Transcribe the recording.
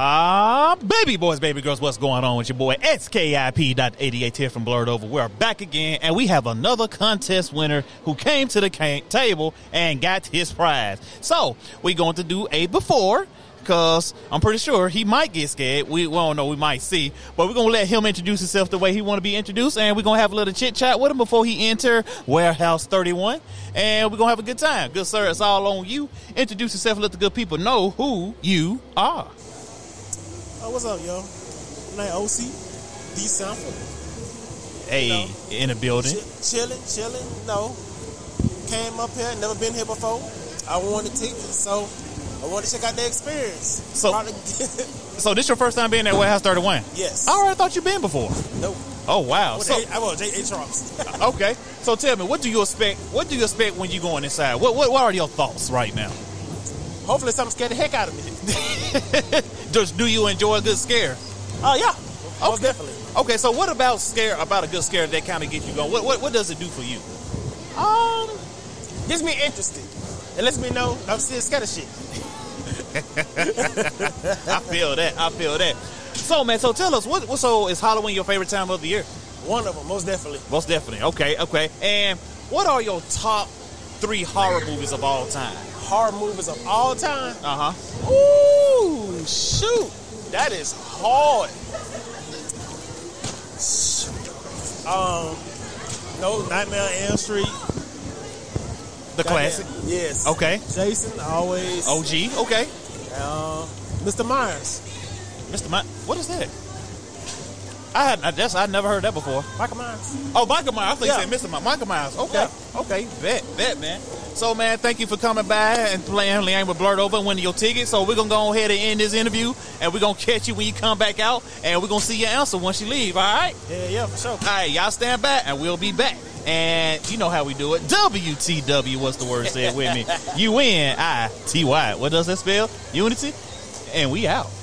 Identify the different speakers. Speaker 1: Ah, Baby boys, baby girls, what's going on with your boy XKIP.88 here from Blurred Over? We're back again, and we have another contest winner who came to the ca- table and got his prize. So, we're going to do a before, because I'm pretty sure he might get scared. We, we don't know, we might see. But we're going to let him introduce himself the way he want to be introduced, and we're going to have a little chit-chat with him before he enter Warehouse 31, and we're going to have a good time. Good sir, it's all on you. Introduce yourself, let the good people know who you are.
Speaker 2: Oh, what's up, yo? My name OC, D Sample.
Speaker 1: Hey, in a building.
Speaker 2: Ch- chilling, chilling. No, came up here, never been here before. I wanted to take it, so I wanted to check out the experience.
Speaker 1: So-
Speaker 2: Probably-
Speaker 1: So this your first time being at Warehouse 31?
Speaker 2: yes.
Speaker 1: I already thought you been before.
Speaker 2: Nope.
Speaker 1: Oh wow.
Speaker 2: I
Speaker 1: So,
Speaker 2: am on J H Rocks.
Speaker 1: okay. So tell me, what do you expect? What do you expect when you going inside? What what, what are your thoughts right now?
Speaker 2: Hopefully, something scared the heck out of me.
Speaker 1: Just do you enjoy a good scare?
Speaker 2: Oh yeah, most
Speaker 1: Okay.
Speaker 2: definitely.
Speaker 1: Okay. So what about scare? About a good scare that kind of gets you going? What, what what does it do for you?
Speaker 2: Um, gets me interested. It lets me know I'm still scared of shit.
Speaker 1: I feel that. I feel that. So man, so tell us what, what so is Halloween your favorite time of the year?
Speaker 2: One of them, most definitely.
Speaker 1: Most definitely. Okay. Okay. And what are your top three horror movies of all time?
Speaker 2: Horror movies of all time.
Speaker 1: Uh huh.
Speaker 2: Ooh, shoot. That is hard. Um, no, Nightmare on Elm Street.
Speaker 1: The classic.
Speaker 2: Yes.
Speaker 1: Okay.
Speaker 2: Jason, always.
Speaker 1: OG. Okay.
Speaker 2: Uh, Mr. Myers.
Speaker 1: Mr. Mike, what is that? I had I, that's I never heard that before.
Speaker 2: Michael Myers.
Speaker 1: Oh, Michael Myers. I thought
Speaker 2: Yeah.
Speaker 1: you said Mr. Mike. Michael Myers. Okay, okay, bet, bet, man. So, man, thank you for coming by and playing Leanne with Blurt Over and winning your ticket. So we're gonna go ahead and end this interview, and we're gonna catch you when you come back out, and we're gonna see your answer once you leave. All right.
Speaker 2: Yeah, yeah, for sure.
Speaker 1: All right, y'all stand back, and we'll be back. And you know how we do it. WTW, what's the word said with me? U N I T Y. What does that spell? Unity. And we out.